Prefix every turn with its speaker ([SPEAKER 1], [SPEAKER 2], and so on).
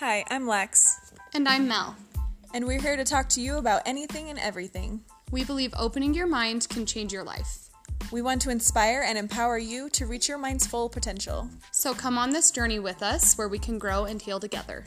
[SPEAKER 1] Hi, I'm Lex,
[SPEAKER 2] And I'm Mel.
[SPEAKER 1] and we're here to talk to you about anything and everything.
[SPEAKER 2] We believe opening your mind can change your life.
[SPEAKER 1] We want to inspire and empower you to reach your mind's full potential.
[SPEAKER 2] So come on this journey with us where we can grow and heal together.